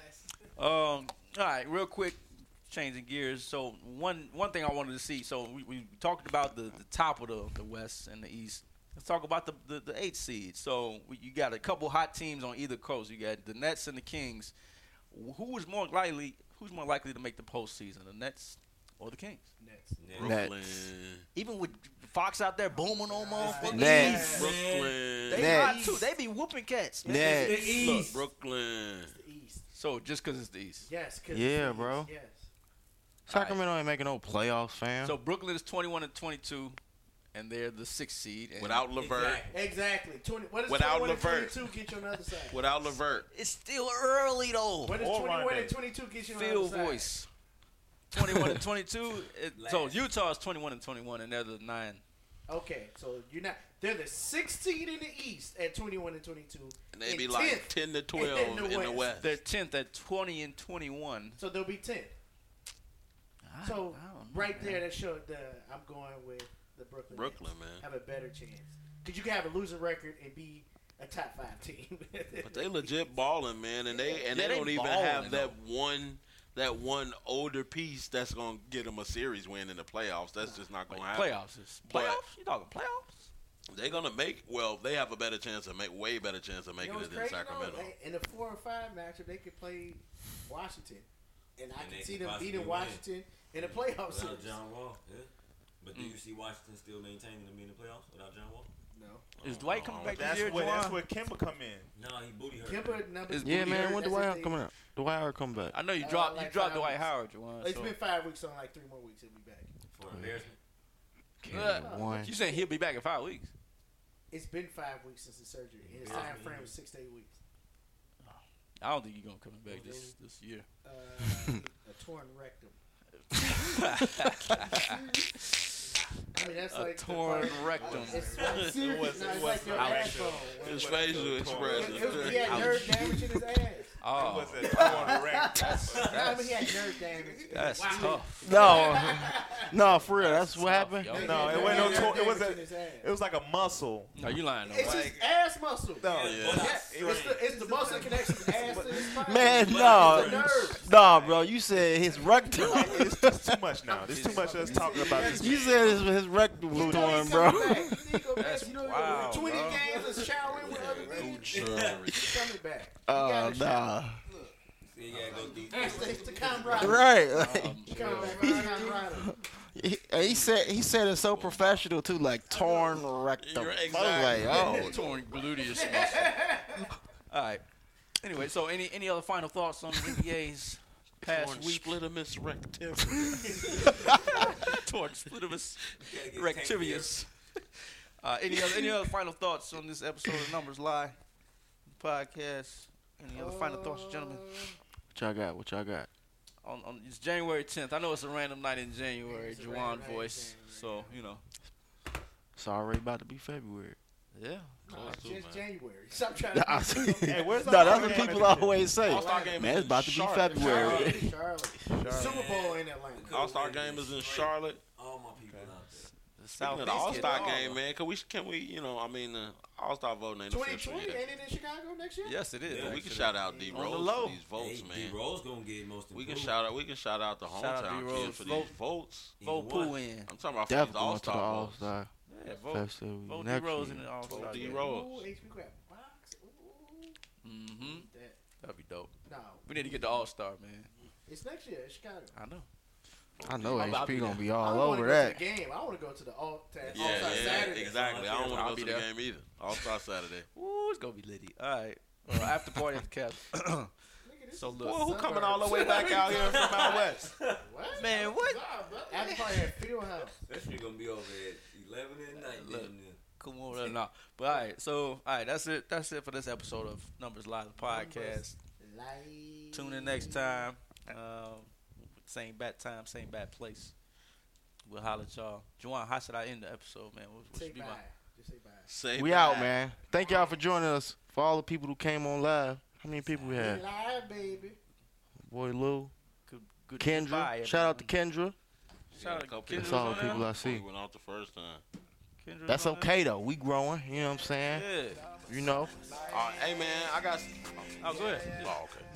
Um, all right, real quick, changing gears. So one one thing I wanted to see. So we, we talked about the, the top of the, the West and the East. Let's talk about the the, the eight seed. So we, you got a couple hot teams on either coast. You got the Nets and the Kings. Who is more likely? Who's more likely to make the postseason? The Nets or the Kings?
Nets.
Brooklyn.
Even with Fox out there booming on motherfuckers.
Nets.
Oh, Brooklyn.
They
Nets.
hot too. They be whooping cats. man.
Nets.
Look, Brooklyn.
The East.
So just because it's the East.
Yes. 'cause
Yeah,
it's the
bro.
East, Yes.
Sacramento ain't making no playoffs, fam.
So Brooklyn is 21 and 22, and they're the sixth seed. And
Without Levert.
Exactly.
Exactly. 20, what is
Without
21 and
Levert.
22 get you on the other side?
Without Levert.
it's still early though.
What is
Or
21
Rondo.
and 22 get you on the other
Field
side?
voice. 21 and 22. It- so
Last.
Utah is 21 and 21, and they're the nine.
Okay, so you're not. They're the 16 in the East at 21 and 22.
And they be like
10th.
10 to 12
the
in the
West.
West.
They're 10th at 20 and 21.
So they'll be 10.
I-
So
I don't know,
right
man.
there, that showed the I'm going with the Brooklyn. Nets.
Brooklyn, man.
Have a better chance because you can have a losing record and be a top five team.
But they legit balling, man, and they and
Yeah, they
they don't even
balling,
have that one that one older piece that's gonna get them a series win in the playoffs. That's just not gonna happen.
Playoffs is
But-
playoffs. You talking playoffs?
They're gonna make well. They have a better chance of make way better chance of
You
making
know
it
what's
than
crazy, though?
Sacramento.
They- in the four or five matchup, they could play Washington, and I
And
can
they
see
could
them
possibly
beating
win.
Washington in the playoffs.
Without John Wall, yeah. Mm. But do you see Washington still maintaining to be in the playoffs without John Wall?
No,
Is Dwight coming back this
That's
year?
where, that's
Juwan?
where Kimba come in.
No, he booty hurt.
Kimba number.
Is
yeah,
Boogie
man.
hurt?
When Dwight
That's his
Howard
thing.
coming up? Dwight Howard coming back.
I know you
Uh,
dropped you
like
dropped
five
Dwight
weeks.
Howard, Juwan.
It's
so-
been five weeks on like three more weeks. He'll be back.
For embarrassment.
Uh,
One.
you saying he'll be back in five weeks?
It's been five weeks since the surgery. and His
Yeah.
time frame was six to eight weeks.
I don't think he's gonna come back this this year.
Uh, a torn rectum. I mean, that's
A
like the
torn
part-
rectum.
It's serious. No,
was- it
it's
was
like your
a rectum.
backbone.
His facial
It- it was- He
expression.
had nerve damage in his ass.
It
Oh,
was a torn wreck.
I mean, he had nerve damage.
that's tough.
No, no, for real. That's what
Tough,
happened.
yo.
No, it
He
wasn't no
had nerve
torn. It was
damage
a.
in his ass.
It was like a muscle.
No, you lying though.
It's his ass muscle.
No,
Yeah.
Yeah, it's the, it's the muscle that connects his ass to his spine.
Man,
It's
no.
the nerves.
No, bro. You said his rectum.
it's just too much now. There's too much of us talking about this.
you said his, his rectum was
You know
torn,
he's
bro.
coming back. He go back.
That's
You know he
wild,
go Twenty
bro.
games of showering with other niggas. He's coming back. He
Oh,
gotta shower.
nah.
See, you gotta go deep.
It's the- it's the Cam Rider.
Right. like,
Cam Rider, Cam Rider.
He, he said he said it so professional too, like torn rectum.
You're
I was Like, oh,
torn gluteus muscle. All right. Anyway, so any any other final thoughts on the NBA's past
Torn
week?
Splitimus
rectivius. torn splitimus rectivius. Uh, any other any other final thoughts on this episode of Numbers Lie podcast? Any other final thoughts, gentlemen?
What y'all got? What y'all got?
On, on it's January 10th. I know it's a random night in January.
a random
Juwan
night in
voice. So you know.
It's already about to be February.
Yeah.
It's just January. Stop trying
Nah,
to.
I'm serious.
Hey, where's
no,
our
that's
All-Star
what
game
people
at the-
always say.
All-Star game
Man,
is
it's about to be
Charlotte.
February.
Charlotte. Charlotte. Super Bowl in Atlanta.
All Star game is in Charlotte.
All my people out there.
Speaking of the All Star game, man, can we? Can we? You know, I mean, the All Star voting ain't official
2020 ain't
yet.
it in Chicago next year?
Yes, it is.
Yeah, we
actually.
can shout out D
On the
Rose
low.
for these votes,
Hey,
man.
D-Rose gonna get most
We can
improved.
shout out. We can shout out the
Shout out
hometown
D-Rose.
kids for
Vote-
these votes.
vote He won. Pooh in.
I'm talking about for these
Definitely
All
going to the
Star
All
votes.
Star.
Yeah, vote, vote D Rose in the All Star.
Vote D Rose.
Ooh, HP grab box. Ooh.
Mm-hmm.
That-
That'd be dope.
No.
We need to get the All Star, man.
It's next year in Chicago.
I know.
I know
I'm about to
HP
be
gonna
there.
be
I don't
all
wanna
over
go
that.
To the game. I want to go to the all time
Yeah,
all star
yeah,
Saturday.
exactly. I don't want
I'll
to go
be
to the
there.
game either. All Star Saturday.
Ooh, it's gonna be litty. All right. Well, after party at the Cavs. so look,
Boy, who coming all the way back out here from out west?
What? Oh,
man, what?
After probably at Fieldhouse.
That shit gonna be over at eleven at
Uh,
night.
Look.
damn near.
Come on, uh, nah. But all right, so all right, that's it. That's it for this episode of Numbers Live the podcast.
Like-
Tune in next time. Um, same bat time, same bat place. We'll holler at y'all. Juwan, how should I end the episode, man? What, what
Say
should be
bye.
my
Just say bye.
Say
We
bye.
out, man. Thank y'all for joining us. For all the people who came on live, how many people we had?
Live, baby.
Boy Lou,
good, good goodbye,
Kendra. Shout out to
everyone.
Kendra.
Shout out to
Couple
Kendra.
That's all
on
the
there?
people I see.
We went out the first time.
Kendra's
That's
on there?
okay though. We growing. You know what I'm saying?
Yeah.
You know.
Uh, hey man, I got.
Oh, go ahead.
Oh, okay.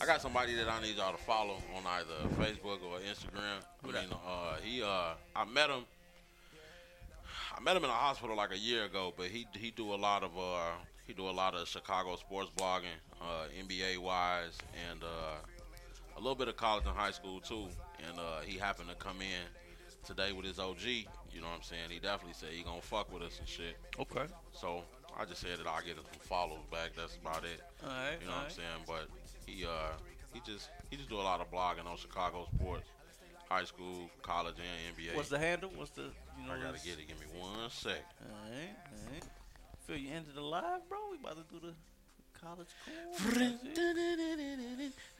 I got somebody that I need y'all to follow on either Facebook or Instagram. I mean, uh, he uh, I met him. I met him in a hospital like a year ago, but he he do a lot of uh, he do a lot of Chicago sports blogging, uh, NBA wise, and uh, a little bit of college and high school too. And uh, he happened to come in today with his OG. You know what I'm saying? He definitely said he gonna fuck with us and shit.
Okay.
So I just said that I get some follows back. That's about it.
All right.
You know
all
what I'm
right.
saying? But he uh he just he just do a lot of blogging on Chicago sports, high school, college, and NBA.
What's the handle? What's the you know?
I gotta
what's-
get it. Give me one sec.
All right, all right. Phil, you ended the live, bro. We about to do the college corner.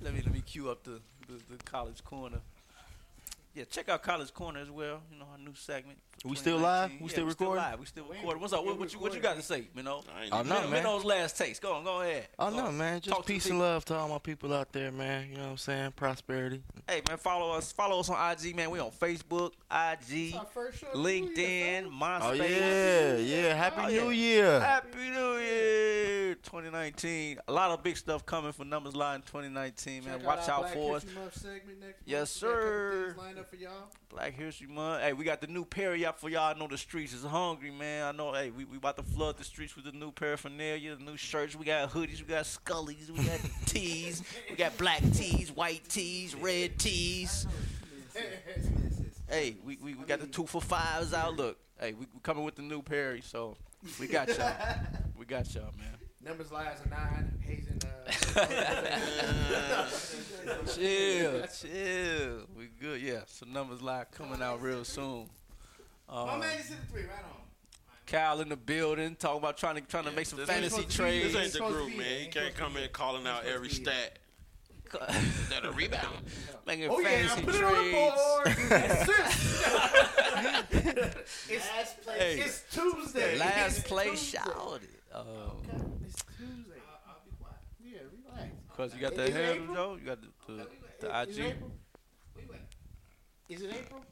let me let me cue up the, the, the college corner. Yeah, check out College Corner as well. You know our new segment. for
We still live?
2019. Yeah,
We still
we still
recording?
live. We still recording. What's up? What, what you what you got to say, you know?
I ain't
I'm
even-
not, man.
Minnows last taste. Go on, go ahead.
Oh
Go
no,
on.
man.
Talk
Just
to
peace
the
and love to all my people out there, man. You know what I'm saying? Prosperity.
Hey man, follow us. Follow us on IG, man. We on Facebook, IG,
Our first show of the year,
LinkedIn,
son.
MySpace.
Oh yeah, yeah. Happy
Oh, yeah.
New Year.
Happy New Year 2019. A lot of big stuff coming for Numbers Line 2019, man.
Check
Watch
our
out
Black
for us.
History Month segment next
Yes,
month. We got a couple
sir.
things lined up for y'all.
Black History Month. Hey, we got the new Perry out for y'all. I know the streets is hungry, man. I know, hey, we, we about to flood the streets with the new paraphernalia, the new shirts. We got hoodies, we got scullies, we got tees, we got black tees, white tees, red tees. Hey, we, we, we got the two for fives out. Look, hey, we, we coming with the new Perry, so we got y'all. we got y'all, man.
Numbers, lies, and nine. Hazing. Uh,
chill, chill. We good, yeah. So numbers live coming out real soon.
My
Um,
man just hit the three right on.
Kyle in the building talking about trying to trying to make some
this
fantasy
ain't- This
trades.
ain't the
Supposed to
group,
be.
man. He can't come in calling out every stat. That a rebound.
Making
oh yeah,
fantasy
put it on the
trades.
board. Assist. it's,
Hey.
it's Tuesday.
Last
It's
play
Tuesday.
shouted. Oh,
It's Tuesday. Uh, Yeah, relax.
cause you got
Is
that
it
handle,
April?
Joe. You got the the, the
Is
IG.
it April? Is it April?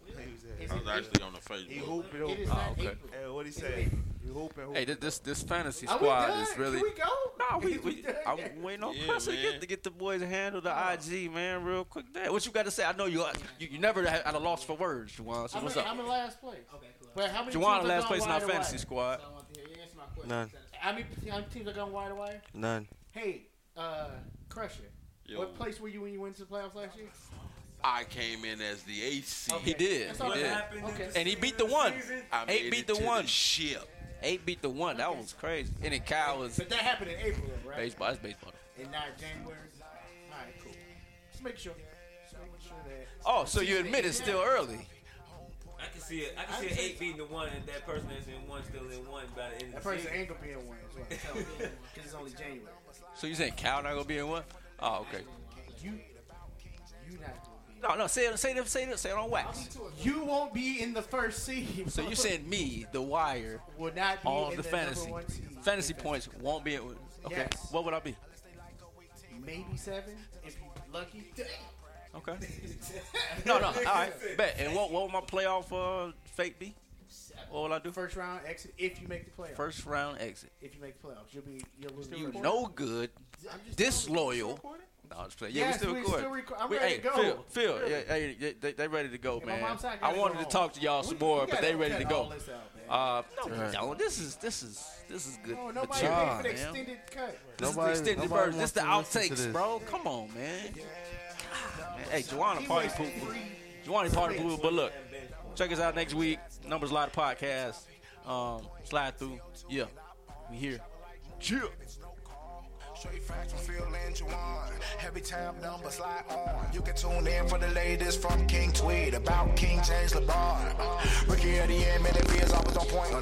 Is
I was
it
actually on the Facebook.
He hooping
April? It
over.
is not
Oh, okay.
April.
Hey, what he
It's
say?
April.
You hooping, hooping.
Hey, this this, this fantasy
Are we
squad
done?
is really.
Can we go?
Nah, we,
Is
we
done?
I'm waiting on
Yeah,
Chris to
man.
get to get the boys to handle the IG man real quick. There, what you got to say? I know you you, you never had at a loss for words, Juwan. So
I'm,
what's
in,
up?
I'm in last place.
Okay, cool.
But how many
Juwan,
teams are
last
gone
place in our
wire to
fantasy
wire?
squad.
So I want to hear you answer my question.
None.
How many, how many teams are going wide to wire?
None.
Hey, uh, Crusher,
Yo,
What place were you when you went to the playoffs last year?
I came in as the eighth seed.
He did.
That's
he
all that
did.
happened in Okay. the
And he beat the one.
I made
Eight
it
beat the
to
one.
The ship.
Eight beat the one. That was crazy. And then Kyle was
But that happened in April, right?
baseball. That's baseball.
And not January. All right, cool. Just make sure. Just making sure that.
Oh, so you admit it's still early.
I can see it. I can see an eight beating the one, and that person that's in one still in one by the end
That
of the
person
season.
ain't gonna be in one. That's what I'm telling you. Because it's only January.
So you saying Kyle not gonna be in one? Oh, okay.
You, you not gonna be.
No, no. Say it. Say it. Say it. Say it on wax.
You won't be in the first seed.
So you saying me, the wire,
will not be
all
in
the
number
fantasy,
one seed.
fantasy points won't be. in- Okay.
Yes.
What would I be?
Maybe seven if you lucky.
Okay. No, no. All right. Bet. And what? What would my playoff uh, fate be? What would I do?
First round exit if you make the playoffs.
First round exit.
If you make the playoffs, you'll be you'll lose.
You no good, disloyal. No, I'm just playing. Yeah,
Yes,
we still
we
recording.
still record- I'm
We-
ready
hey,
to go.
Phil, Phil, yeah, hey, they- they, they ready to go,
Yeah, my
man.
mom's side
I
gotta
wanted
go
to
home.
talk to y'all some more, but they ready to go.
All this out, man.
Uh, no, we don't. This is this is this is good.
no, nobody
material,
paid for the
man.
extended cut.
This
Nobody-
is the extended
nobody
version. This the
wants to listen
outtakes,
to this.
bro. Come on, man. God, man. Hey, Joanna
He
party
wasted
poop.
three-
Joanna party poop. But look, check us out next week. Numbers Live podcast. Um, slide through. Yeah, we here.
Yeah. Straight facts from Phil and Juwan. Heavy tab number slide on. You can tune in for the latest from King Tweet about King James LeBron. Ricky Eddie and Minnie Beers always on point.